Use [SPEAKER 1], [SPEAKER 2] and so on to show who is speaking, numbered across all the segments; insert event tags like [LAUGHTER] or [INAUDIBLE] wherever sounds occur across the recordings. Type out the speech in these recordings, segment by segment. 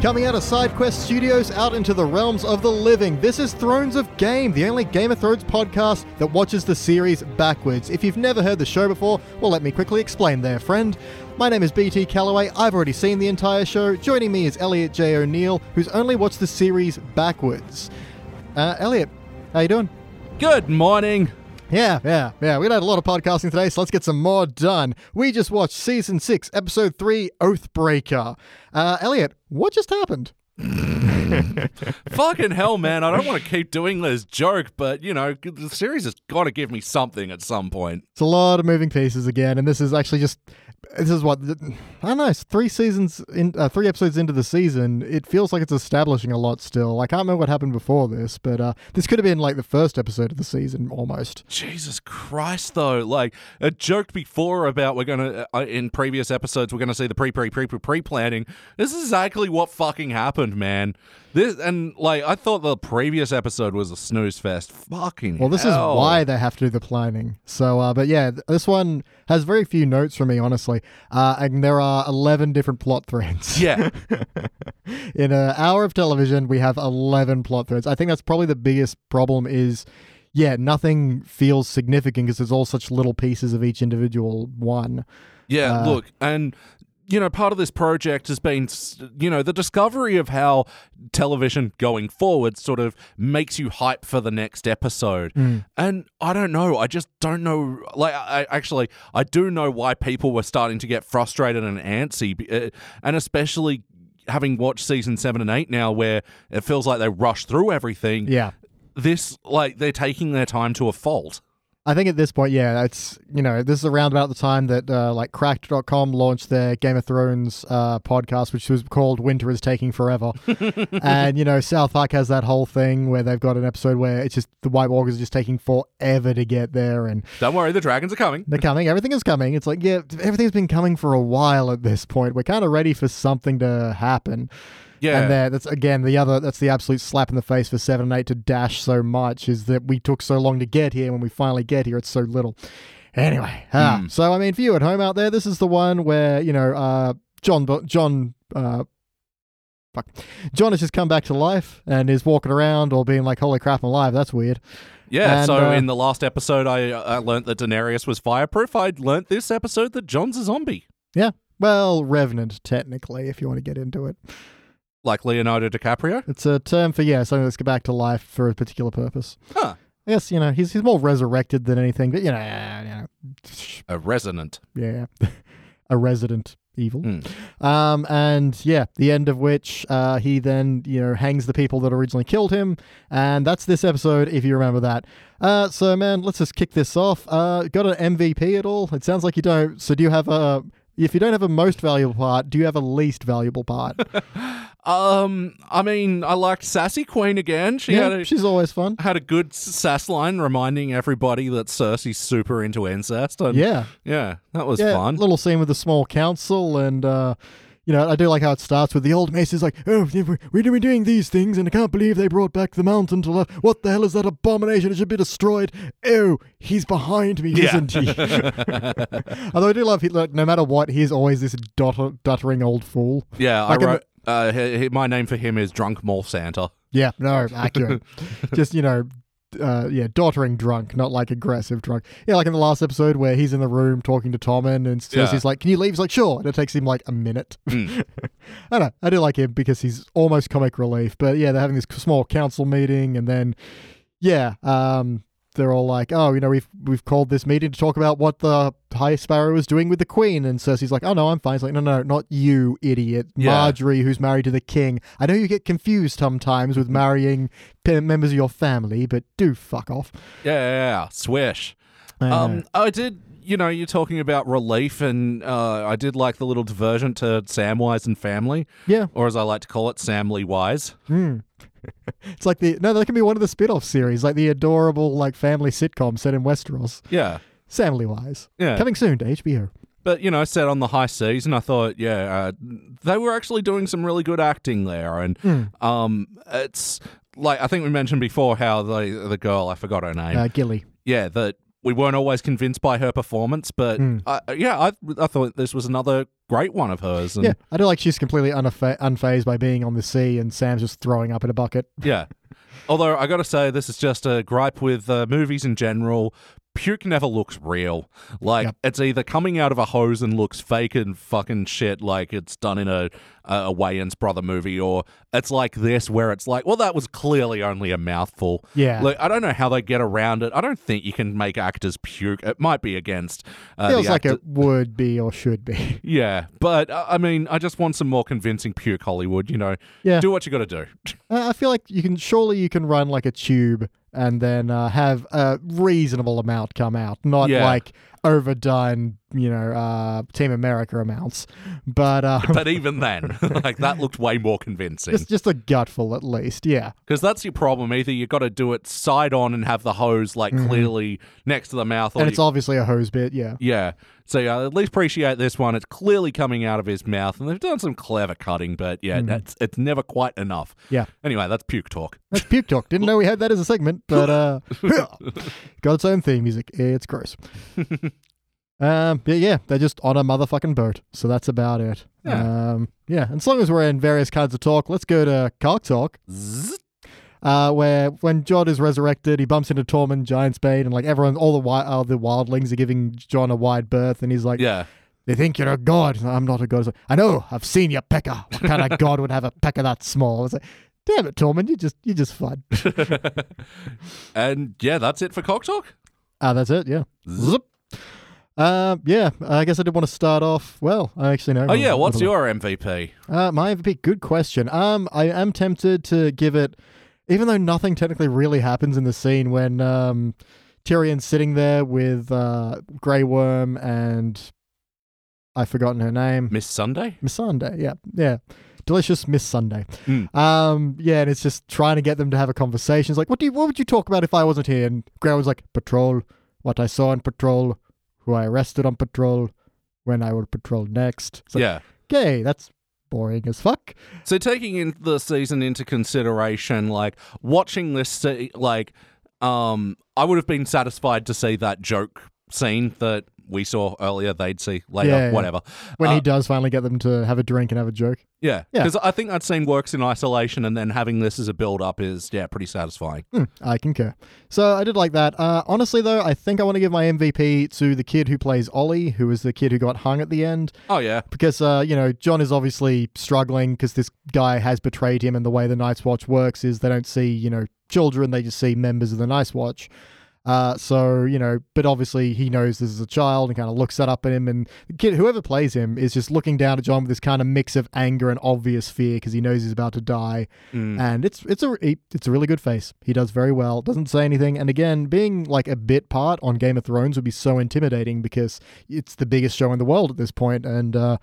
[SPEAKER 1] Coming out of SideQuest Studios out into the realms of the living, this is Thrones of Game, the only Game of Thrones podcast that watches the series backwards. If you've never heard the show before, well, let me quickly explain there, friend. My name is BT Calloway. I've already seen the entire show. Joining me is Elliot J. O'Neill, who's only watched the series backwards. Uh, Elliot, how you doing?
[SPEAKER 2] Good morning.
[SPEAKER 1] Yeah, yeah, yeah. We had a lot of podcasting today, so let's get some more done. We just watched season six, episode three, Oathbreaker. Uh, Elliot, what just happened?
[SPEAKER 2] Fucking hell, man. I don't want to keep doing this joke, but you know, the series has got to give me something at some point.
[SPEAKER 1] It's a lot of moving pieces again, and this is actually just this is what I don't know. It's three seasons in, uh, three episodes into the season. It feels like it's establishing a lot still. I can't remember what happened before this, but uh, this could have been like the first episode of the season almost.
[SPEAKER 2] Jesus Christ, though. Like, I joked before about we're going to, uh, in previous episodes, we're going to see the pre, pre, pre, pre, pre planning. This is exactly what fucking happened, man. This, and like, I thought the previous episode was a snooze fest. Fucking
[SPEAKER 1] Well, this
[SPEAKER 2] hell.
[SPEAKER 1] is why they have to do the planning. So, uh, but yeah, th- this one has very few notes for me, honestly. Uh, and there are 11 different plot threads.
[SPEAKER 2] Yeah.
[SPEAKER 1] In an hour of television, we have 11 plot threads. I think that's probably the biggest problem is, yeah, nothing feels significant because there's all such little pieces of each individual one.
[SPEAKER 2] Yeah, look, and you know, part of this project has been, s- you know, the discovery of how television going forward sort of makes you hype for the next episode. And I don't know, I just don't know. Like, I, I- actually, I do know why people were starting to get frustrated and antsy, b- uh, and especially having watched season seven and eight now, where it feels like they rush through everything.
[SPEAKER 1] Yeah.
[SPEAKER 2] This, like, they're taking their time to a fault.
[SPEAKER 1] I think at this point, yeah, it's, you know, this is around about the time that, uh, like, cracked.com launched their Game of Thrones uh, podcast, which was called Winter is Taking Forever. and, you know, South Park has that whole thing where they've got an episode where it's just the White Walkers are just taking forever to get there and
[SPEAKER 2] Don't worry, the dragons are coming.
[SPEAKER 1] they're coming. Everything is coming. It's like, yeah, everything's been coming for a while at this point. We're kind of ready for something to happen.
[SPEAKER 2] Yeah.
[SPEAKER 1] And there, that's again the other. That's the absolute slap in the face for seven and eight to dash so much is that we took so long to get here. When we finally get here, it's so little. Anyway, ah, so I mean, for you at home out there, this is the one where you know uh, John Bo- John uh, fuck John has just come back to life and is walking around or being like, "Holy crap, I'm alive! That's weird."
[SPEAKER 2] Yeah,
[SPEAKER 1] And,
[SPEAKER 2] so
[SPEAKER 1] uh,
[SPEAKER 2] in the last episode, I, uh, I learnt that Daenerys was fireproof. I learnt this episode that John's a zombie,
[SPEAKER 1] Yeah. Well, revenant technically, if you want to get into it,
[SPEAKER 2] like Leonardo DiCaprio.
[SPEAKER 1] it's a term for yeah, something that's back to life for a particular purpose.
[SPEAKER 2] Huh.
[SPEAKER 1] Yes, you know, he's he's more resurrected than anything, but you know, yeah,
[SPEAKER 2] A resonant.
[SPEAKER 1] yeah, yeah. [LAUGHS] a resident evil.
[SPEAKER 2] Mm.
[SPEAKER 1] Um, and yeah, the end of which uh, he then you know hangs the people that originally killed him, and that's this episode if you remember that. Uh, so man, let's just kick this off. Uh, got an MVP at all? It sounds like you don't. So do you have a? If you don't have a most valuable part, do you have a least valuable
[SPEAKER 2] [LAUGHS]
[SPEAKER 1] part?
[SPEAKER 2] Um, I mean, I liked Sassy Queen again. She had
[SPEAKER 1] yeah,
[SPEAKER 2] a,
[SPEAKER 1] she's always fun.
[SPEAKER 2] had a good s- sass line reminding everybody that Cersei's super into incest. And
[SPEAKER 1] Yeah,
[SPEAKER 2] yeah, that was
[SPEAKER 1] yeah.
[SPEAKER 2] fun.
[SPEAKER 1] Little scene with the small council and. Uh, you know, I do like how it starts with the old mace is like, oh, yeah, we- we're doing doing these things, and I can't believe they brought back the mountain to life. What the hell is that abomination? It should be destroyed. Oh, he's behind me,
[SPEAKER 2] Yeah.
[SPEAKER 1] isn't
[SPEAKER 2] [LAUGHS]
[SPEAKER 1] he? Although I do love, he, like, no matter what, he's always this dotter, duttering old fool.
[SPEAKER 2] yeah,
[SPEAKER 1] Like
[SPEAKER 2] I
[SPEAKER 1] in
[SPEAKER 2] wrote. Uh, he, he- my name for him is Drunk Mall Santa.
[SPEAKER 1] Yeah, no, accurate. Just you know, uh, yeah, doddering drunk, not like aggressive drunk. Yeah, like in the last episode where he's in the room talking to Tommen, and Cersei's
[SPEAKER 2] Yeah.
[SPEAKER 1] like, "Can you leave?" He's like, "Sure," and it takes him like a minute. [LAUGHS] I don't know. I do like him because he's almost comic relief. But yeah, they're having this small council meeting, and then yeah, um, they're all like, "Oh, you know, we've we've called this meeting to talk about what the High Sparrow is doing with the Queen." And Cersei's like, "Oh no, I'm fine." It's like, "No, no, not you, idiot,
[SPEAKER 2] Yeah.
[SPEAKER 1] Marjorie, who's married to the King. I know you get confused sometimes with marrying pe- members of your family, but do fuck off." Uh,
[SPEAKER 2] Yeah, yeah, yeah. swish.
[SPEAKER 1] I know.
[SPEAKER 2] Um, I did. You know, you're talking about relief, and uh, I did like the little divergent to Samwise and family,
[SPEAKER 1] Yeah, hmm.
[SPEAKER 2] or as I like to call it, Samly Wise.
[SPEAKER 1] [LAUGHS] it's like the no, that can be one of the spin-off series, like the adorable like family sitcom set in Westeros,
[SPEAKER 2] Yeah,
[SPEAKER 1] family wise.
[SPEAKER 2] yeah.
[SPEAKER 1] Coming soon to HBO.
[SPEAKER 2] but you know, set on the high seas, and I thought, yeah, uh, they were actually doing some really good acting there, and
[SPEAKER 1] Hmm.
[SPEAKER 2] um, it's like I think we mentioned before how the the girl I forgot her name,
[SPEAKER 1] Uh, Gilly.
[SPEAKER 2] yeah,
[SPEAKER 1] Hmm.
[SPEAKER 2] that we weren't always convinced by her performance, but I, yeah, I I thought this was another great one of hers. And
[SPEAKER 1] Yeah, I do like she's completely unfa- unfazed by being on the sea, and Sam's just throwing up in a bucket.
[SPEAKER 2] Yeah. Although I got to say, this is just a gripe with uh, movies in general. Puke never looks real. Like
[SPEAKER 1] Yep.
[SPEAKER 2] it's either coming out of a hose and looks fake and fucking shit, like it's done in a a Wayans brother movie, or it's like this where it's like, well, that was clearly only a mouthful.
[SPEAKER 1] Yeah.
[SPEAKER 2] Like I don't know how they get around it. I don't think you can make actors puke. It might be against. Uh,
[SPEAKER 1] Feels
[SPEAKER 2] the
[SPEAKER 1] like
[SPEAKER 2] actor-
[SPEAKER 1] it would be or should be. [LAUGHS]
[SPEAKER 2] Yeah, but uh, I mean, I just want some more convincing puke Hollywood. You know,
[SPEAKER 1] Yeah.
[SPEAKER 2] do what you got to do.
[SPEAKER 1] Uh, I feel like you can surely you can run like a tube and then uh, have a reasonable amount come out, not
[SPEAKER 2] Yeah.
[SPEAKER 1] like overdone, you know, uh, Team America amounts, but um,
[SPEAKER 2] [LAUGHS]
[SPEAKER 1] [LAUGHS]
[SPEAKER 2] but even then, like that looked way more convincing
[SPEAKER 1] just just a gutful at least. Yeah,
[SPEAKER 2] because that's your problem. Either you got to do it side on and have the hose like clearly next to the mouth, or
[SPEAKER 1] Mm-hmm. and it's
[SPEAKER 2] you-
[SPEAKER 1] obviously a hose bit. Yeah,
[SPEAKER 2] yeah. So yeah, at least appreciate this one. It's clearly coming out of his mouth, and they've done some clever cutting, but yeah, that's it's never quite enough.
[SPEAKER 1] Mm-hmm. yeah.
[SPEAKER 2] Anyway, that's puke talk.
[SPEAKER 1] That's puke talk. Didn't know we had that as a segment, but
[SPEAKER 2] [LAUGHS]
[SPEAKER 1] uh, got its own theme music. It's gross. um, but yeah, they're just on a motherfucking boat, so that's about it.
[SPEAKER 2] Yeah.
[SPEAKER 1] Um, yeah. And as long as we're in various kinds of talk, let's go to cock talk.
[SPEAKER 2] Zzz.
[SPEAKER 1] uh, where when John is resurrected, he bumps into Tormund, Giant Spade, and like everyone, all the wi- all the wildlings are giving John a wide berth, and he's like,
[SPEAKER 2] Yeah,
[SPEAKER 1] "They think you're a god. I'm not a god. He's like, I know. I've seen your pecker. What kind
[SPEAKER 2] [LAUGHS]
[SPEAKER 1] of god would have a pecker that small?" I was like, "Damn it, Tormund, you just you just fun."
[SPEAKER 2] and yeah, that's it for cock talk.
[SPEAKER 1] Ah, that's it. Yeah. Zip. Uh, yeah. I guess I did want to start off. Well, I actually know.
[SPEAKER 2] Oh yeah, what's your MVP?
[SPEAKER 1] Uh, my MVP, good question. Um, I am tempted to give it, even though nothing technically really happens in the scene when um, Tyrion's sitting there with uh, Grey Worm and I've forgotten her name,
[SPEAKER 2] Miss Sunday.
[SPEAKER 1] Miss Sunday. Yeah, yeah, delicious Miss Sunday.
[SPEAKER 2] Mm.
[SPEAKER 1] Um, yeah, and it's just trying to get them to have a conversation. It's like, what do you, what would you talk about if I wasn't here? And Grey Worm's like, patrol, what I saw on patrol, who I arrested on patrol, when I will patrol next. It's like,
[SPEAKER 2] yeah.
[SPEAKER 1] okay, that's boring as fuck.
[SPEAKER 2] So taking in the season into consideration, like watching this, se- like, um, I would have been satisfied to see that joke scene that we saw earlier. They'd see later,
[SPEAKER 1] Yeah, yeah.
[SPEAKER 2] whatever.
[SPEAKER 1] when
[SPEAKER 2] Uh,
[SPEAKER 1] he does finally get them to have a drink and have a joke.
[SPEAKER 2] yeah,
[SPEAKER 1] Yeah.
[SPEAKER 2] because I think that scene works in isolation, and then having this as a build up is yeah pretty
[SPEAKER 1] [LAUGHS]
[SPEAKER 2] satisfying.
[SPEAKER 1] Hmm, I concur. So I did like that. Uh, honestly, though, I think I want to give my MVP to the kid who plays Ollie, who is the kid who got hung at the end,
[SPEAKER 2] Oh yeah,
[SPEAKER 1] because uh, you know John is obviously struggling because this guy has betrayed him, and the way the Night's Watch works is they don't see you know children; they just see members of the Night's Watch. Uh, so you know, but obviously he knows this is a child and kind of looks that up at him. And the kid, whoever plays him, is just looking down at John with this kind of mix of anger and obvious fear because he knows he's about to die.
[SPEAKER 2] Mm.
[SPEAKER 1] And it's it's a he- it's a really good face. He does very well. Doesn't say anything. And again, being like a bit part on Game of Thrones would be so intimidating because it's the biggest show in the world at this point. And uh,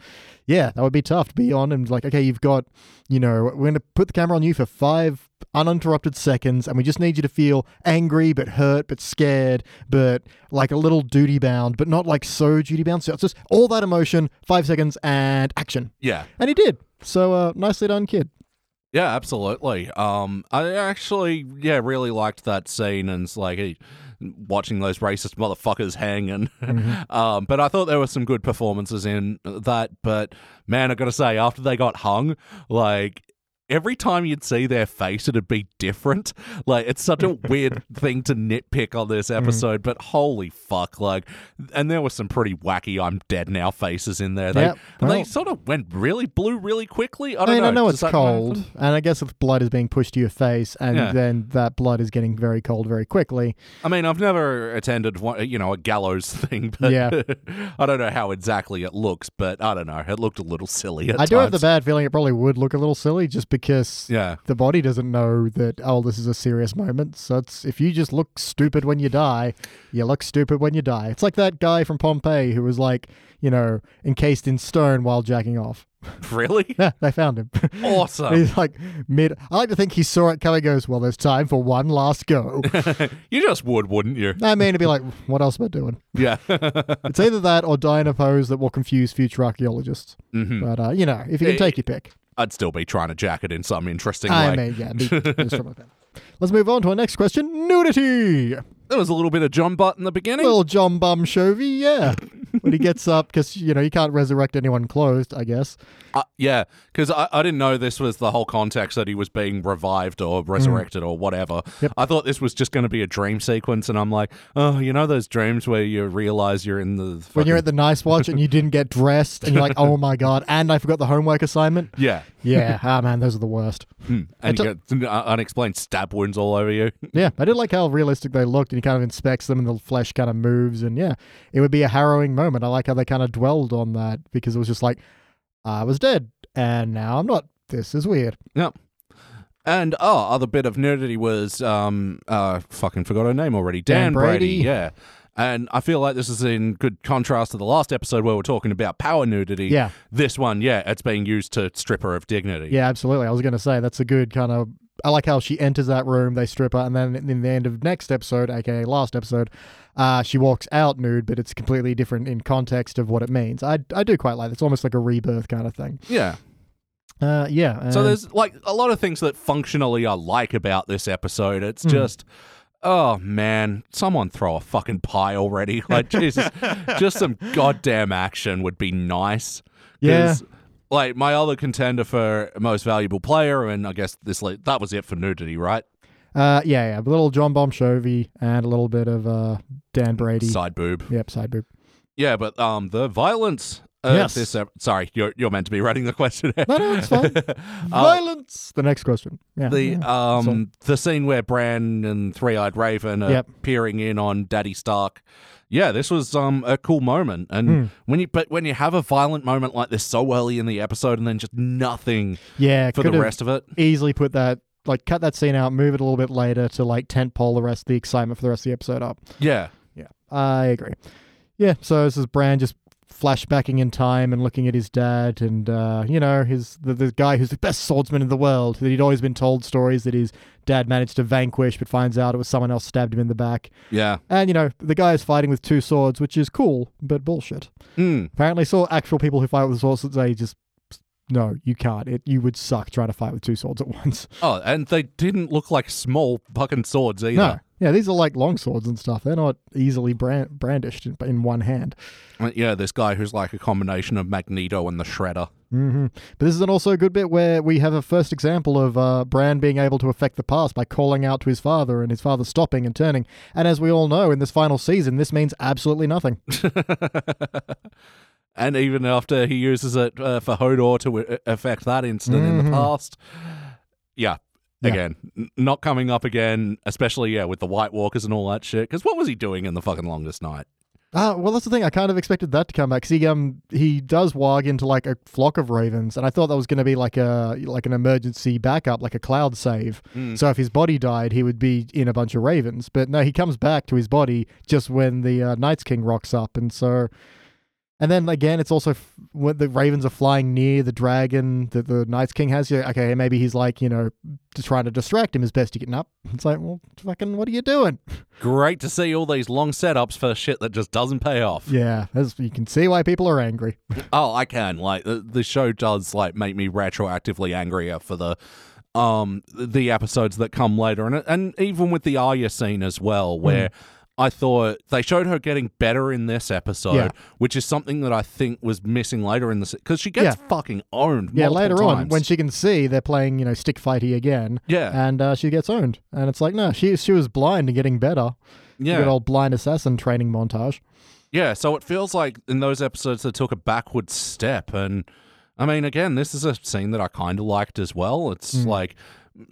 [SPEAKER 1] yeah, that would be tough to be on. And like, okay, you've got you know we're going to put the camera on you for five uninterrupted seconds, and we just need you to feel angry but hurt but scared but like a little duty bound, but not like so duty bound. So it's just all that emotion, five seconds, and action.
[SPEAKER 2] yeah.
[SPEAKER 1] And he did. So uh, nicely done, kid.
[SPEAKER 2] Yeah, absolutely. Um, I actually, yeah, really liked that scene and it's like eh, watching those racist motherfuckers hang. And
[SPEAKER 1] Mm-hmm.
[SPEAKER 2] [LAUGHS] um, but I thought there were some good performances in that. But man, I gotta say, after they got hung, like every time you'd see their face, it'd be different. [LAUGHS] Like
[SPEAKER 1] [LAUGHS]
[SPEAKER 2] it's such a weird thing to nitpick on this
[SPEAKER 1] Mm-hmm.
[SPEAKER 2] episode. But holy fuck, like, and there were some pretty wacky "I'm dead now" faces in there. They
[SPEAKER 1] Yep.
[SPEAKER 2] and
[SPEAKER 1] Well-
[SPEAKER 2] they sort of went really blue really quickly. I
[SPEAKER 1] I
[SPEAKER 2] don't
[SPEAKER 1] mean,
[SPEAKER 2] know.
[SPEAKER 1] I know
[SPEAKER 2] Does
[SPEAKER 1] it's
[SPEAKER 2] that matter?
[SPEAKER 1] cold, and I guess if blood is being pushed to your face, and
[SPEAKER 2] Yeah.
[SPEAKER 1] then that blood is getting very cold very quickly.
[SPEAKER 2] I mean, I've never attended one, you know, a gallows [LAUGHS] thing, but
[SPEAKER 1] Yeah.
[SPEAKER 2] I don't know how exactly it looks, but I don't know. It looked a little silly at
[SPEAKER 1] I do have the
[SPEAKER 2] times.
[SPEAKER 1] bad feeling it probably would look a little silly just because
[SPEAKER 2] Yeah. [LAUGHS]
[SPEAKER 1] the body doesn't know that oh this is a serious moment. So it's if you just look stupid when you die, you look stupid when you die. It's like that guy from Pompeii who was like you know encased in stone while jacking off. [LAUGHS]
[SPEAKER 2] Really?
[SPEAKER 1] Yeah, they found him. [LAUGHS]
[SPEAKER 2] Awesome.
[SPEAKER 1] He's like mid. I like to think he saw it coming. Goes well. There's time for one last
[SPEAKER 2] [LAUGHS]
[SPEAKER 1] go.
[SPEAKER 2] you just would,
[SPEAKER 1] [LAUGHS]
[SPEAKER 2] wouldn't you?
[SPEAKER 1] I mean, it'd be like, what else am I doing?
[SPEAKER 2] Yeah. [LAUGHS]
[SPEAKER 1] It's either that or die in a pose that will confuse future archaeologists.
[SPEAKER 2] hmm
[SPEAKER 1] But uh, you know, if you can
[SPEAKER 2] Eh,
[SPEAKER 1] take your pick,
[SPEAKER 2] I'd still be trying to jack it in some interesting
[SPEAKER 1] I
[SPEAKER 2] way.
[SPEAKER 1] mean, yeah. Be, just something like that. Let's move on to our next question: nudity.
[SPEAKER 2] There was a little bit of John Butt in the beginning.
[SPEAKER 1] Little John Bum Chovy, yeah. when he gets up because you know you can't resurrect anyone closed. I guess.
[SPEAKER 2] Uh, yeah, because I, I didn't know this was the whole context that he was being revived or resurrected or whatever.
[SPEAKER 1] Mm. Yep.
[SPEAKER 2] I thought this was just going to be a dream sequence, and I'm like, oh, you know those dreams where you realize you're in the
[SPEAKER 1] When you're
[SPEAKER 2] fucking-
[SPEAKER 1] at the nice watch and you didn't get dressed and you're like, oh my god, and I forgot the homework assignment.
[SPEAKER 2] [LAUGHS] yeah,
[SPEAKER 1] Yeah, ah man, those are the worst.
[SPEAKER 2] Hmm. and you get uh, unexplained stab wounds all over you.
[SPEAKER 1] Yeah, I did like how realistic they looked, and he kind of inspects them, and the flesh kind of moves, and yeah, it would be a harrowing moment. I like how they kind of dwelled on that because it was just like, I was dead, and now I'm not. This is weird.
[SPEAKER 2] Yeah. And oh, other bit of nudity was um uh fucking forgot her name already.
[SPEAKER 1] Dan
[SPEAKER 2] Dan, Brady.
[SPEAKER 1] Brady.
[SPEAKER 2] yeah. And I feel like this is in good contrast to the last episode where we're talking about power nudity.
[SPEAKER 1] Yeah.
[SPEAKER 2] This one, yeah, it's being used to strip her of dignity.
[SPEAKER 1] Yeah, absolutely. I was going to say that's a good kind of. I like how she enters that room, they strip her, and then in the end of next episode, aka last episode, uh, she walks out nude, but it's completely different in context of what it means. I, I do quite like that. It's almost like a rebirth kind of thing.
[SPEAKER 2] Yeah.
[SPEAKER 1] Uh, yeah.
[SPEAKER 2] So
[SPEAKER 1] and-
[SPEAKER 2] there's like a lot of things that functionally I like about this episode. It's just oh man, someone throw a fucking pie already. [LAUGHS] Like Jesus. just some goddamn action would be nice. 'Cause, Like my other contender for most valuable player, and I guess this like, that was it for nudity, right?
[SPEAKER 1] Uh, yeah, yeah. A little John Bomb Chovy and a little bit of uh, Dan Brady.
[SPEAKER 2] Side boob.
[SPEAKER 1] Yep, side boob.
[SPEAKER 2] Yeah, but um, the violence. Uh,
[SPEAKER 1] Yes.
[SPEAKER 2] This ep- sorry, you're you're meant to be [LAUGHS] writing the question.
[SPEAKER 1] No, no, it's
[SPEAKER 2] [LAUGHS]
[SPEAKER 1] fine. Violence. The next question. Yeah.
[SPEAKER 2] Uh, The
[SPEAKER 1] yeah.
[SPEAKER 2] um the scene where Bran and Three Eyed Raven are
[SPEAKER 1] Yep.
[SPEAKER 2] peering in on Daddy Stark. Yeah, this was um a cool moment, and
[SPEAKER 1] Hmm.
[SPEAKER 2] when you but when you have a violent moment like this so early in the episode, and then just nothing
[SPEAKER 1] yeah.
[SPEAKER 2] for
[SPEAKER 1] could
[SPEAKER 2] the
[SPEAKER 1] have
[SPEAKER 2] rest of it.
[SPEAKER 1] easily put that like cut that scene out, move it a little bit later to like tent pole the rest the excitement for the rest of the episode up.
[SPEAKER 2] Yeah,
[SPEAKER 1] Yeah. I agree. Yeah, so this is Bran just flashbacking in time and looking at his dad and uh, you know, his the, the guy who's the best swordsman in the world that he'd always been told stories that his dad managed to vanquish but finds out it was someone else stabbed him in the back.
[SPEAKER 2] yeah.
[SPEAKER 1] And you know, the guy is fighting with two swords, which is cool, but bullshit.
[SPEAKER 2] Mm.
[SPEAKER 1] Apparently, saw actual people who fight with swords that say just no, you can't. It you would suck trying to fight with two swords at once. [LAUGHS]
[SPEAKER 2] Oh, and they didn't look like small fucking swords either.
[SPEAKER 1] No, yeah, these are like long swords and stuff. They're not easily brand- brandished in, in one hand.
[SPEAKER 2] Uh, Yeah, this guy who's like a combination of Magneto and the Shredder.
[SPEAKER 1] hmm But this is an also a good bit where we have a first example of uh, Bran being able to affect the past by calling out to his father and his father stopping and turning. And as we all know, in this final season, this means absolutely nothing.
[SPEAKER 2] And even after he uses it uh, for Hodor to uh, affect that incident in the past. Yeah.
[SPEAKER 1] Mm-hmm. Yeah.
[SPEAKER 2] Again, n- not coming up again, especially, yeah, with the White Walkers and all that shit. Because what was he doing in the fucking longest night?
[SPEAKER 1] Ah, well, that's the thing. I kind of expected that to come back. 'cause he um he does wag into like a flock of ravens, and I thought that was going to be like a like an emergency backup, like a cloud save.
[SPEAKER 2] Hmm.
[SPEAKER 1] So if his body died, he would be in a bunch of ravens. But no, he comes back to his body just when the uh, Night's King rocks up, and so. And then again, it's also f- when the ravens are flying near the dragon that the Night's King has. You're, okay, maybe he's like, you know, just trying to distract him as best he can. Up, it's like, well, fucking, what are you doing?
[SPEAKER 2] Great to see all these long setups for shit that just doesn't pay
[SPEAKER 1] [LAUGHS]
[SPEAKER 2] off.
[SPEAKER 1] Yeah, that's, you can see why people are angry.
[SPEAKER 2] Oh, I can. Like the, the show does like make me retroactively angrier for the um the episodes that come later and and even with the Arya scene as well
[SPEAKER 1] Hmm.
[SPEAKER 2] where I thought they showed her getting better in this episode,
[SPEAKER 1] Yeah.
[SPEAKER 2] which is something that I think was missing later in the because she gets
[SPEAKER 1] Yeah.
[SPEAKER 2] fucking owned.
[SPEAKER 1] Yeah, later
[SPEAKER 2] multiple
[SPEAKER 1] on,
[SPEAKER 2] times.
[SPEAKER 1] when she can see they're playing, you know, stick fighty again.
[SPEAKER 2] yeah,
[SPEAKER 1] And uh, she gets owned, and it's like, no, she she was blind and getting better.
[SPEAKER 2] yeah,
[SPEAKER 1] good old blind assassin training montage.
[SPEAKER 2] yeah. So it feels like in those episodes they took a backward step, and I mean, again, this is a scene that I kind of liked as well. It's
[SPEAKER 1] Mm.
[SPEAKER 2] like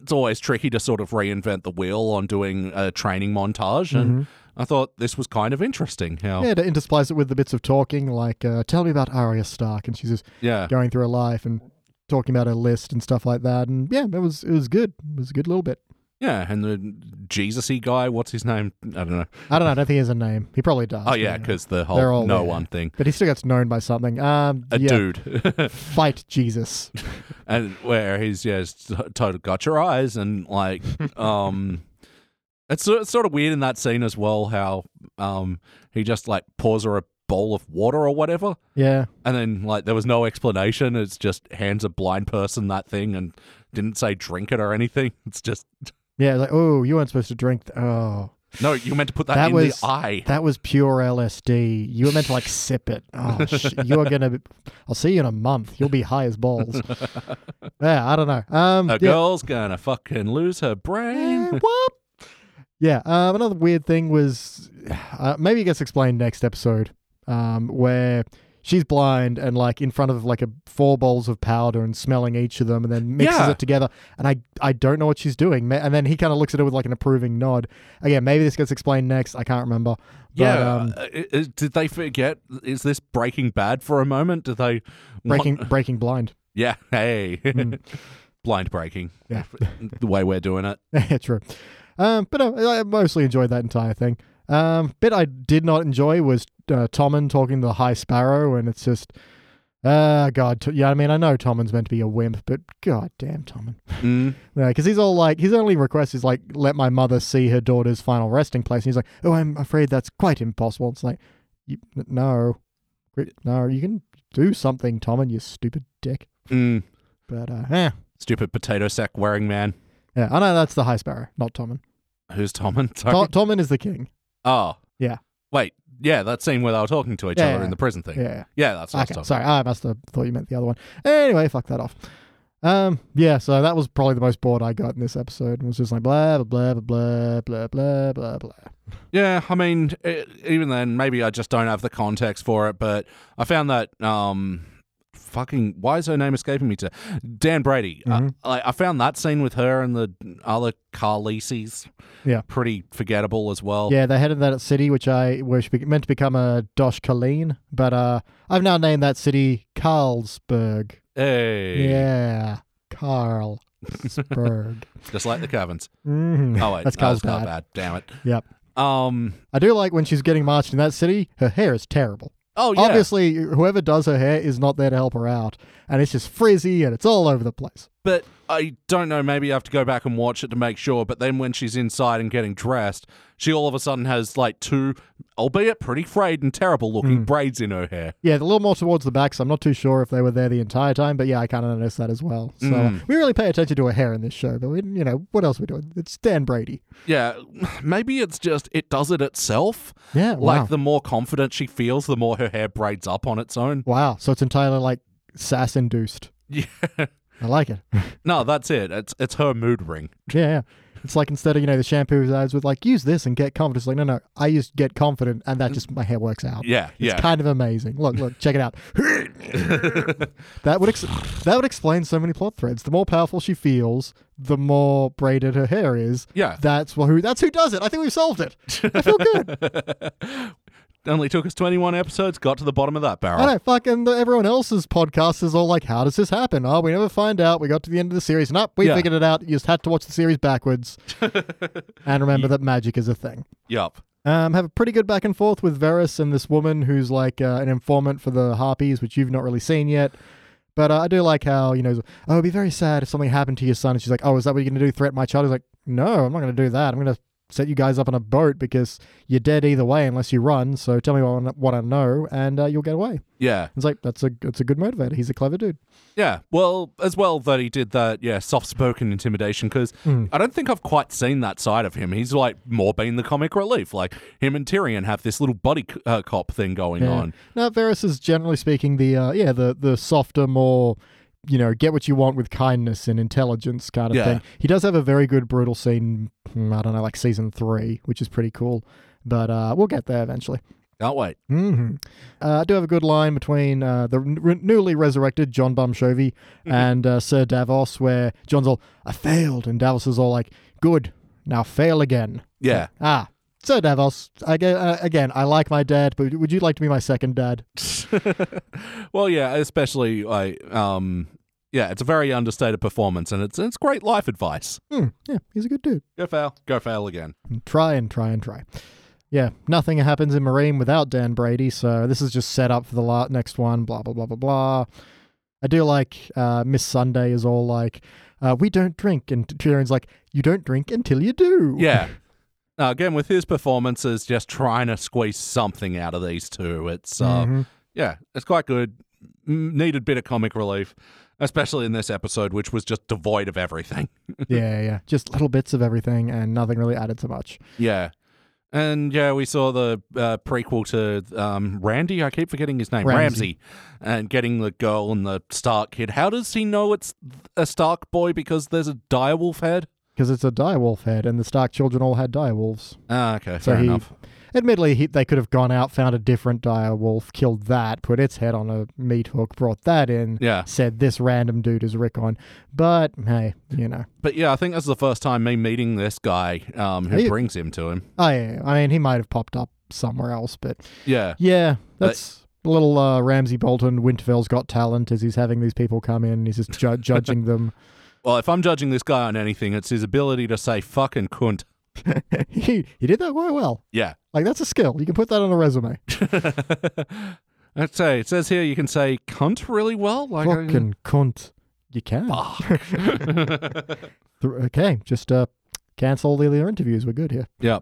[SPEAKER 2] it's always tricky to sort of reinvent the wheel on doing a training montage, and I thought this was kind of interesting. How
[SPEAKER 1] Mm-hmm. Yeah, to intersplice it with the bits of talking, like, uh, tell me about Arya Stark, and she's just
[SPEAKER 2] yeah,
[SPEAKER 1] going through her life and talking about her list and stuff like that. And yeah, it was it was good. It was a good little bit.
[SPEAKER 2] Yeah, and the Jesusy guy, what's his name? I don't know.
[SPEAKER 1] I don't know. I don't think he has a name. He probably does.
[SPEAKER 2] Oh
[SPEAKER 1] but,
[SPEAKER 2] yeah,
[SPEAKER 1] you know.
[SPEAKER 2] because the
[SPEAKER 1] They're
[SPEAKER 2] whole
[SPEAKER 1] all
[SPEAKER 2] no
[SPEAKER 1] there.
[SPEAKER 2] one thing.
[SPEAKER 1] But he still gets known by something. Um,
[SPEAKER 2] A
[SPEAKER 1] yeah,
[SPEAKER 2] dude, [LAUGHS]
[SPEAKER 1] fight Jesus.
[SPEAKER 2] and where he's yeah, it's t- total got your eyes, and
[SPEAKER 1] [LAUGHS]
[SPEAKER 2] like, um, it's, so- it's sort of weird in that scene as well how um he just like pours her a bowl of water or whatever,
[SPEAKER 1] yeah,
[SPEAKER 2] and then like there was no explanation. It's just hands a blind person that thing and didn't say drink it or anything. [LAUGHS] It's just
[SPEAKER 1] yeah. Like, oh, you weren't supposed to drink. Th- oh,
[SPEAKER 2] No, you meant to put that,
[SPEAKER 1] That
[SPEAKER 2] in
[SPEAKER 1] was
[SPEAKER 2] the eye.
[SPEAKER 1] That was pure LSD. You were meant
[SPEAKER 2] [LAUGHS]
[SPEAKER 1] to like sip it. Oh, sh- you're gonna. Be- I'll see you in a month. You'll be high as
[SPEAKER 2] [LAUGHS]
[SPEAKER 1] balls. yeah, I don't know. Um,
[SPEAKER 2] A
[SPEAKER 1] yeah.
[SPEAKER 2] girl's gonna fucking lose her brain.
[SPEAKER 1] Eh, whoop. Yeah. Um, another weird thing was uh, maybe it gets explained next episode, um, where she's blind and like in front of like a four bowls of powder and smelling each of them and then mixes
[SPEAKER 2] Yeah.
[SPEAKER 1] it together. And I I don't know what she's doing. Ma- And then he kind of looks at her with like an approving nod. Again, maybe this gets explained next. I can't remember. But,
[SPEAKER 2] yeah.
[SPEAKER 1] Um,
[SPEAKER 2] uh, i- i- did they forget? Is this Breaking Bad for a moment? Did they? want-
[SPEAKER 1] breaking breaking blind. [LAUGHS]
[SPEAKER 2] Yeah. [LAUGHS] Hey. [LAUGHS] Blind breaking.
[SPEAKER 1] Mm. Yeah.
[SPEAKER 2] [LAUGHS] the way we're doing it.
[SPEAKER 1] Yeah, true. Um, but I, I mostly enjoyed that entire thing. Um, bit I did not enjoy was uh, Tommen talking to the High Sparrow, and it's just, uh, God, t- yeah. I mean, I know Tommen's meant to be a wimp, but God damn Tommen,
[SPEAKER 2] Mm.
[SPEAKER 1] because he's all like, his only request is like, let my mother see her daughter's final resting place, and he's like, oh, I'm afraid that's quite impossible. It's like, you, n- no, Quick, no, you can do something, Tommen, you stupid dick.
[SPEAKER 2] Mm.
[SPEAKER 1] But uh, eh.
[SPEAKER 2] Stupid potato sack wearing man.
[SPEAKER 1] yeah, I know that's the High Sparrow, not Tommen.
[SPEAKER 2] Who's Tommen? Sorry.
[SPEAKER 1] To- Tommen is the king.
[SPEAKER 2] oh.
[SPEAKER 1] Yeah.
[SPEAKER 2] Wait. Yeah, that scene where they were talking to each
[SPEAKER 1] Yeah,
[SPEAKER 2] other
[SPEAKER 1] yeah.
[SPEAKER 2] in the prison thing. Yeah,
[SPEAKER 1] Yeah.
[SPEAKER 2] that's what I was
[SPEAKER 1] Okay,
[SPEAKER 2] talking
[SPEAKER 1] sorry, I must have thought you meant the other one. Anyway, fuck that off. Um, yeah, so that was probably the most bored I got in this episode. It was just like blah blah blah blah blah blah blah blah.
[SPEAKER 2] Yeah, I mean, e- even then, maybe I just don't have the context for it, but I found that um, fucking why is her name escaping me? To Dan Brady, I-
[SPEAKER 1] Mhm.
[SPEAKER 2] I, I found that scene with her and the other Carlises,
[SPEAKER 1] Yeah.
[SPEAKER 2] pretty forgettable as well.
[SPEAKER 1] Yeah, they headed that city which I which be, meant to become a Dosh Colleen, but uh, I've now named that city Carlsberg.
[SPEAKER 2] Hey,
[SPEAKER 1] Yeah,
[SPEAKER 2] [LAUGHS]
[SPEAKER 1] Carlsberg.
[SPEAKER 2] just like the Covens.
[SPEAKER 1] [LAUGHS] Mhm.
[SPEAKER 2] Oh wait,
[SPEAKER 1] That's
[SPEAKER 2] no, it's
[SPEAKER 1] Carlsbad.
[SPEAKER 2] Carlsbad, Damn it.
[SPEAKER 1] Yep.
[SPEAKER 2] Um.
[SPEAKER 1] I do like when she's getting marched in that city. Her hair is terrible.
[SPEAKER 2] Oh yeah.
[SPEAKER 1] Obviously, whoever does her hair is not there to help her out, and it's just frizzy and it's all over the place.
[SPEAKER 2] But I don't know. Maybe I have to go back and watch it to make sure. But then when she's inside and getting dressed, she all of a sudden has like two, albeit pretty frayed and terrible
[SPEAKER 1] Hmm.
[SPEAKER 2] looking braids in her hair.
[SPEAKER 1] Yeah, a little more towards the back, so I'm not too sure if they were there the entire time, but yeah, I kind of noticed that as well. So uh,
[SPEAKER 2] Mm.
[SPEAKER 1] we really pay attention to her hair in this show, but we, you know, what else are we doing? It's Dan Brady.
[SPEAKER 2] Yeah, [SIGHS] maybe it's just it does it itself.
[SPEAKER 1] Yeah, wow.
[SPEAKER 2] Like the more confident she feels, the more her hair braids up on its own. [LAUGHS]
[SPEAKER 1] wow, so it's entirely like sass induced.
[SPEAKER 2] Yeah.
[SPEAKER 1] I like
[SPEAKER 2] [LAUGHS]
[SPEAKER 1] it. yeah,
[SPEAKER 2] No, that's it. It's it's her mood ring.
[SPEAKER 1] yeah. It's like instead of, you know, the shampoo ads with like, use this and get confident. It's like, no, no, I used get confident and
[SPEAKER 2] Mm.
[SPEAKER 1] that just, my hair works out.
[SPEAKER 2] Yeah,
[SPEAKER 1] It's
[SPEAKER 2] yeah.
[SPEAKER 1] kind of amazing. Look, look, check
[SPEAKER 2] [LAUGHS]
[SPEAKER 1] it out. that would ex- that would explain so many plot threads. The more powerful she feels, the more braided her hair is.
[SPEAKER 2] Yeah.
[SPEAKER 1] That's wh- who that's who does it. I think we've solved it. I feel good.
[SPEAKER 2] Only took us 21 episodes, got to the bottom of that
[SPEAKER 1] I
[SPEAKER 2] barrel.
[SPEAKER 1] know, fucking the, everyone else's podcast is all like, how does this happen? Oh, we never find out. We got to the end of the series. and up. we
[SPEAKER 2] Yeah.
[SPEAKER 1] figured it out. You just had to watch the series
[SPEAKER 2] [LAUGHS]
[SPEAKER 1] backwards and remember that magic is a thing.
[SPEAKER 2] Yup.
[SPEAKER 1] Um, have a pretty good back and forth with Varys and this woman who's like uh, an informant for the Harpies, which you've not really seen yet. But uh, I do like how, you know, oh, it'd be very sad if something happened to your son. And she's like, oh, is that what you're going to do? Threaten my child? He's like, no, I'm not going to do that. I'm going to set you guys up on a boat because you're dead either way unless you run. So tell me what I, what I know and uh, you'll get away.
[SPEAKER 2] Yeah.
[SPEAKER 1] It's like, that's a, that's a good motivator. He's a clever dude.
[SPEAKER 2] Yeah, well, as well that he did that, yeah, soft spoken intimidation, because I don't think I've quite seen that side of him. He's like more been the comic relief. Like him and Tyrion have this little buddy c- uh, cop thing going
[SPEAKER 1] Yeah.
[SPEAKER 2] on.
[SPEAKER 1] No, Varys is generally speaking the uh, yeah the the softer, more you know get what you want with kindness and intelligence kind of
[SPEAKER 2] Yeah.
[SPEAKER 1] thing. He does have a very good brutal scene. hmm, I don't know, like season three, which is pretty cool. But uh, we'll get there eventually.
[SPEAKER 2] Can't wait.
[SPEAKER 1] hmm Uh, I do have a good line between uh, the re- newly resurrected John Bumshovey
[SPEAKER 2] Mm-hmm.
[SPEAKER 1] and uh, Sir Davos, where John's all, "I failed," and Davos is all like, "Good, now fail again."
[SPEAKER 2] Yeah.
[SPEAKER 1] Ah, Sir Davos. I ge- uh, again, I like my dad, but would you like to be my second dad?
[SPEAKER 2] Well, yeah, especially like, um, yeah, it's a very understated performance, and it's it's great life advice.
[SPEAKER 1] Hmm, yeah, he's a good dude.
[SPEAKER 2] Go fail, go fail again.
[SPEAKER 1] And try and try and try. Yeah, nothing happens in Marine without Dan Brady, so this is just set up for the la- next one, blah, blah, blah, blah, blah. I do like uh, Miss Sunday is all like, uh, we don't drink. And Tyrion's like, you don't drink until you do. [LAUGHS]
[SPEAKER 2] Yeah. Now, again, with his performances, just trying to squeeze something out of these two. It's uh,
[SPEAKER 1] Mhm.
[SPEAKER 2] yeah, it's quite good. M- Needed bit of comic relief, especially in this episode, which was just devoid of everything.
[SPEAKER 1] [LAUGHS] yeah, yeah. Just little bits of everything and nothing really added to much.
[SPEAKER 2] Yeah. And yeah, we saw the uh, prequel to um, Randy. I keep forgetting his name,
[SPEAKER 1] Ramsey.
[SPEAKER 2] Ramsey. and getting the girl and the Stark kid. How does he know it's a Stark boy because there's a direwolf head?
[SPEAKER 1] because it's a direwolf head, and the Stark children all had direwolves.
[SPEAKER 2] Ah, okay,
[SPEAKER 1] So
[SPEAKER 2] fair
[SPEAKER 1] he,
[SPEAKER 2] enough.
[SPEAKER 1] admittedly, he, they could have gone out, found a different direwolf, killed that, put its head on a meat hook, brought that in,
[SPEAKER 2] Yeah,
[SPEAKER 1] said this random dude is Rickon. But hey, you know,
[SPEAKER 2] but yeah, I think that's the first time me meeting this guy um, who
[SPEAKER 1] He-
[SPEAKER 2] brings him to him.
[SPEAKER 1] I, Oh, I mean, he might have popped up somewhere else, but
[SPEAKER 2] Yeah,
[SPEAKER 1] yeah,
[SPEAKER 2] But-
[SPEAKER 1] that's. a Little uh, Ramsey Bolton, Winterfell's got talent as he's having these people come in and he's just ju- judging them. [LAUGHS]
[SPEAKER 2] Well, if I'm judging this guy on anything, it's his ability to say fucking cunt.
[SPEAKER 1] he, he did that quite well.
[SPEAKER 2] Yeah.
[SPEAKER 1] Like, that's a skill. You can put that on a resume.
[SPEAKER 2] I'd say it says here you can say cunt really well. Like uh, I- [LAUGHS]
[SPEAKER 1] Fucking cunt. You can. Th- okay, just uh, cancel the other interviews. We're good here.
[SPEAKER 2] Yeah.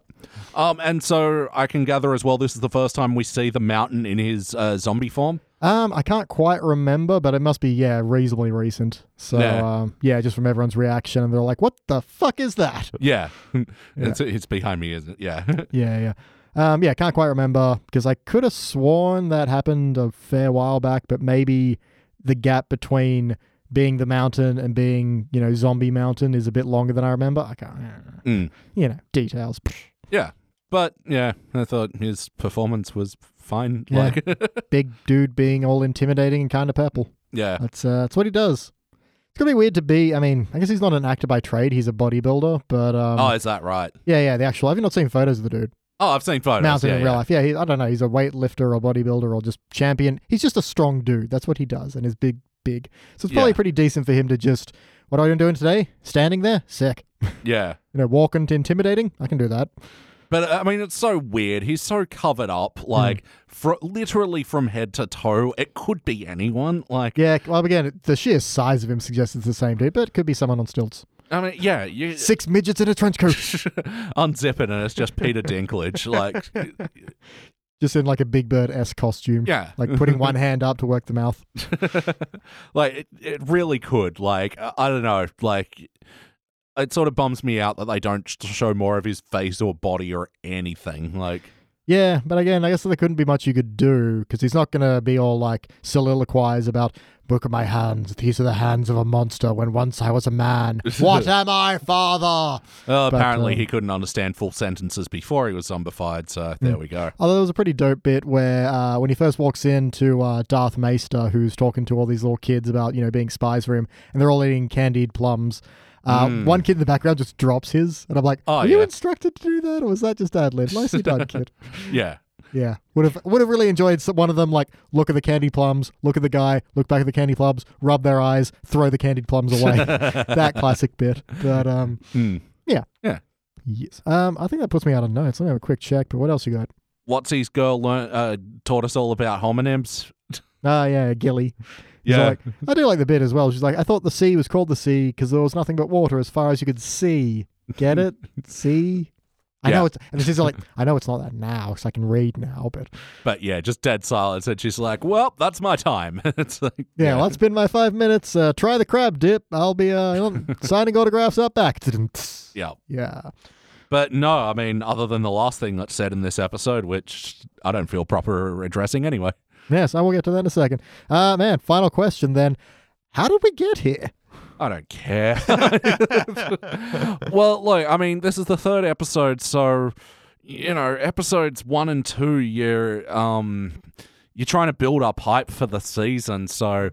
[SPEAKER 2] Um, and so I can gather as well this is the first time we see the mountain in his uh, zombie form.
[SPEAKER 1] Um, I can't quite remember, but it must be yeah, reasonably recent. So
[SPEAKER 2] Yeah.
[SPEAKER 1] um, yeah, just from everyone's reaction, and they're like, "What the fuck is that?"
[SPEAKER 2] Yeah. [LAUGHS] It's, it's behind me, isn't it? Yeah. [LAUGHS]
[SPEAKER 1] Yeah, yeah. Um, yeah, can't quite remember because I could have sworn that happened a fair while back, but maybe the gap between being the mountain and being you know zombie mountain is a bit longer than I remember. I can't,
[SPEAKER 2] Mm.
[SPEAKER 1] you know, details. [LAUGHS]
[SPEAKER 2] Yeah. But yeah, I thought his performance was fine.
[SPEAKER 1] Yeah.
[SPEAKER 2] Like, [LAUGHS]
[SPEAKER 1] Big dude being all intimidating and kind of purple.
[SPEAKER 2] yeah.
[SPEAKER 1] That's uh, that's what he does. It's gonna be weird to be. I mean, I guess he's not an actor by trade. He's a bodybuilder, but um,
[SPEAKER 2] oh, is that right?
[SPEAKER 1] yeah, yeah. The actual. Have you not seen photos of the dude?
[SPEAKER 2] Oh, I've seen photos.
[SPEAKER 1] Mountain
[SPEAKER 2] yeah,
[SPEAKER 1] in real
[SPEAKER 2] yeah.
[SPEAKER 1] life. Yeah, he, I don't know. He's a weightlifter or bodybuilder or just champion. He's just a strong dude. That's what he does, and he's big, big. So it's probably
[SPEAKER 2] Yeah.
[SPEAKER 1] pretty decent for him to just. What are you doing today? Standing there, sick.
[SPEAKER 2] Yeah.
[SPEAKER 1] You know, walking to intimidating. I can do that.
[SPEAKER 2] But uh, I mean, it's so weird. He's so covered up,
[SPEAKER 1] Hmm.
[SPEAKER 2] like fro literally from head to toe. It could be anyone. Like,
[SPEAKER 1] Yeah. Well, again, the sheer size of him suggests it's the same dude, but it could be someone on stilts.
[SPEAKER 2] I mean, yeah, you
[SPEAKER 1] Six midgets in a trench coat, [LAUGHS]
[SPEAKER 2] [LAUGHS] unzip it and it's just Peter Dinklage. Like,
[SPEAKER 1] just in like a Big Bird s costume.
[SPEAKER 2] yeah,
[SPEAKER 1] Like
[SPEAKER 2] [LAUGHS]
[SPEAKER 1] putting one hand up to work the mouth.
[SPEAKER 2] like it, it really could. Like, I I don't know. Like, it sort of bums me out that they don't sh- show more of his face or body or anything. Like,
[SPEAKER 1] Yeah, but again, I guess there couldn't be much you could do because he's not going to be all like soliloquize about "Look at my hands. These are the hands of a monster. When once I was a
[SPEAKER 2] [LAUGHS]
[SPEAKER 1] man, what am I, father?"
[SPEAKER 2] uh, apparently,
[SPEAKER 1] um,
[SPEAKER 2] he couldn't understand full sentences before he was zombified. So
[SPEAKER 1] Hmm.
[SPEAKER 2] there we go.
[SPEAKER 1] Although there was a pretty dope bit where uh, when he first walks in to uh, Darth Maester, who's talking to all these little kids about you know being spies for him, and they're all eating candied plums. Uh, One kid in the background just drops his, and I'm like,
[SPEAKER 2] Hmm. Oh,
[SPEAKER 1] "Are you
[SPEAKER 2] yeah.
[SPEAKER 1] instructed to do that, or was that just ad lib?" Nicely done, kid.
[SPEAKER 2] Yeah. [LAUGHS]
[SPEAKER 1] Yeah, would have would have really enjoyed some, one of them. Like, look at the candy plums, look at the guy, look back at the candy plums, rub their eyes, throw the candied plums away.
[SPEAKER 2] [LAUGHS]
[SPEAKER 1] that classic bit. But um,
[SPEAKER 2] Hmm.
[SPEAKER 1] Yeah.
[SPEAKER 2] Yeah.
[SPEAKER 1] yes, um, I think that puts me out of notes. Let me have a quick check. But what else you got?
[SPEAKER 2] what's his girl learn, uh, taught us all about homonyms.
[SPEAKER 1] Ah, yeah, Gilly. He's
[SPEAKER 2] Yeah.
[SPEAKER 1] like- I do like the bit as well. She's like, I thought the sea was called the sea because there was nothing but water as far as you could see. Get
[SPEAKER 2] [LAUGHS]
[SPEAKER 1] it? see. I
[SPEAKER 2] Yeah.
[SPEAKER 1] know it's and she's like, I know it's not that now because I can read now, but
[SPEAKER 2] But yeah, just dead silence. And she's like, well, that's my time. [LAUGHS] it's like,
[SPEAKER 1] Yeah, well, that's been my five minutes. Uh, try the crab dip. I'll be uh, [LAUGHS] signing autographs out back. [LAUGHS]
[SPEAKER 2] yeah.
[SPEAKER 1] Yeah.
[SPEAKER 2] But no, I mean, other than the last thing that's said in this episode, which I don't feel proper addressing anyway.
[SPEAKER 1] Yes, I will get to that in a second. Uh, man, final question then. How did we get here?
[SPEAKER 2] I don't care. [LAUGHS] well, look, I mean, this is the third episode, so you know, episodes one and two, you're um, you're trying to build up hype for the season. So,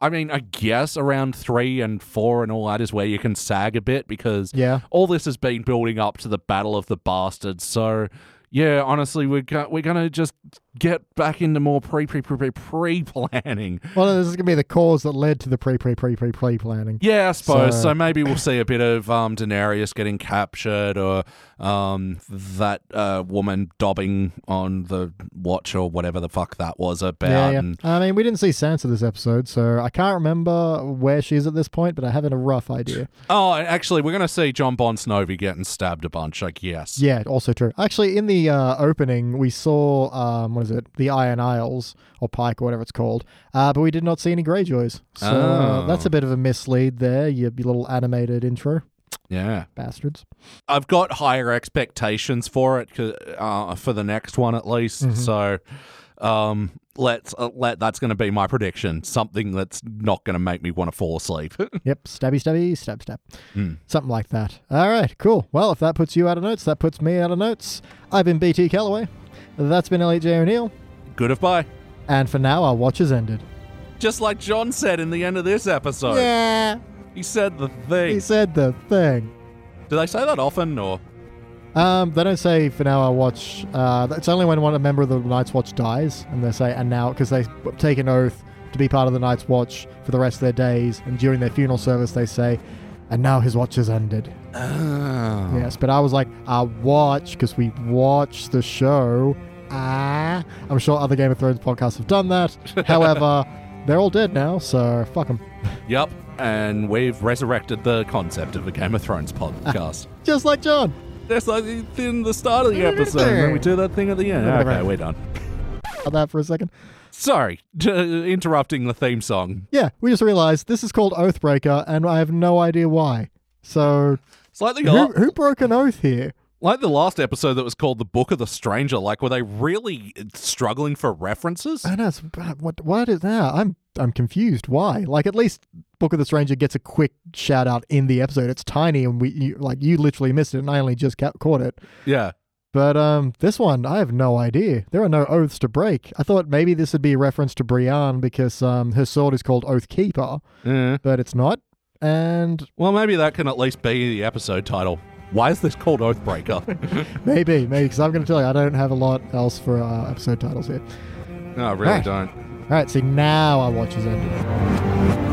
[SPEAKER 2] I mean, I guess around three and four and all that is where you can sag a bit because
[SPEAKER 1] Yeah.
[SPEAKER 2] all this has been building up to the battle of the bastards. So. Yeah, honestly, we're go- we're gonna just get back into more pre pre pre pre planning.
[SPEAKER 1] Well, this is going to be the cause that led to the pre pre pre pre pre planning.
[SPEAKER 2] Yeah, I suppose.
[SPEAKER 1] So-
[SPEAKER 2] So, maybe we'll see a bit of um, Daenerys getting captured or um, that uh, woman dobbing on the watch or whatever the fuck that was about.
[SPEAKER 1] Yeah, yeah.
[SPEAKER 2] And,
[SPEAKER 1] I mean, we didn't see Sansa this episode, so I can't remember where she is at this point, but I have a rough idea.
[SPEAKER 2] oh, and actually, we're going to see John Bon Snow be getting stabbed a bunch, I guess.
[SPEAKER 1] Yeah, also true. Actually, in the uh, opening, we saw, um, what is it, the Iron Isles, or Pike, or whatever it's called, uh, but we did not see any Greyjoys. So uh,
[SPEAKER 2] Oh.
[SPEAKER 1] that's a bit of a mislead there, your, your little animated intro.
[SPEAKER 2] Yeah.
[SPEAKER 1] Bastards.
[SPEAKER 2] I've got higher expectations for it 'cause, uh, for the next one at least. So um, let's uh, let that's going to be my prediction. Something that's not going to make me want to fall asleep. Hmm.
[SPEAKER 1] Yep, stabby, stabby, stab, stab. Something like that. All right, cool. Well, if that puts you out of notes, that puts me out of notes. I've been BT Calloway. That's been Elliot J. O'Neill.
[SPEAKER 2] Good of bye.
[SPEAKER 1] And for now, our watch has ended.
[SPEAKER 2] Just like John said in the end of this episode,
[SPEAKER 1] Yeah.
[SPEAKER 2] he said the
[SPEAKER 1] He
[SPEAKER 2] thing.
[SPEAKER 1] said the thing.
[SPEAKER 2] Do they say that often or?
[SPEAKER 1] Um, they don't say for now. I watch. Uh, it's only when one member of the Night's Watch dies, and they say and now because they take an oath to be part of the Night's Watch for the rest of their days, and during their funeral service they say, and now his watch has ended.
[SPEAKER 2] Oh.
[SPEAKER 1] Yes, but I was like, I watch because we watch the show. Ah, I'm sure other Game of Thrones podcasts have done that. However, they're all dead now, so fuck them.
[SPEAKER 2] Yep. And we've resurrected the concept of a Game of Thrones podcast.
[SPEAKER 1] Just like John.
[SPEAKER 2] That's like in the start of the episode, and then we do that thing at the end. Okay, we're done.
[SPEAKER 1] On that for a second.
[SPEAKER 2] Sorry, [LAUGHS] d- interrupting the theme song.
[SPEAKER 1] Yeah, we just realized this is called Oathbreaker, and I have no idea why. So
[SPEAKER 2] It's like the,
[SPEAKER 1] who, who broke an oath here?
[SPEAKER 2] like the last episode that was called The Book of the Stranger. Like, were they really struggling
[SPEAKER 1] [LAUGHS]
[SPEAKER 2] for references?
[SPEAKER 1] I know. It's, what? What is that? I'm I'm confused. Why? Like, at least Book of the Stranger gets a quick shout out in the episode. It's tiny, and we you, like you literally missed it, and I only just ca- caught it.
[SPEAKER 2] Yeah.
[SPEAKER 1] But um, this one, I have no idea. There are no oaths to break. I thought maybe this would be a reference to Brienne because um, her sword is called Oath Keeper,
[SPEAKER 2] Yeah.
[SPEAKER 1] but it's not. And
[SPEAKER 2] Well, maybe that can at least be the episode title. Why is this called Oathbreaker?
[SPEAKER 1] maybe, maybe, because I'm going to tell you, I don't have a lot else for uh, episode titles here.
[SPEAKER 2] no, I really
[SPEAKER 1] Right.
[SPEAKER 2] don't.
[SPEAKER 1] All right, see, now our watch is ended.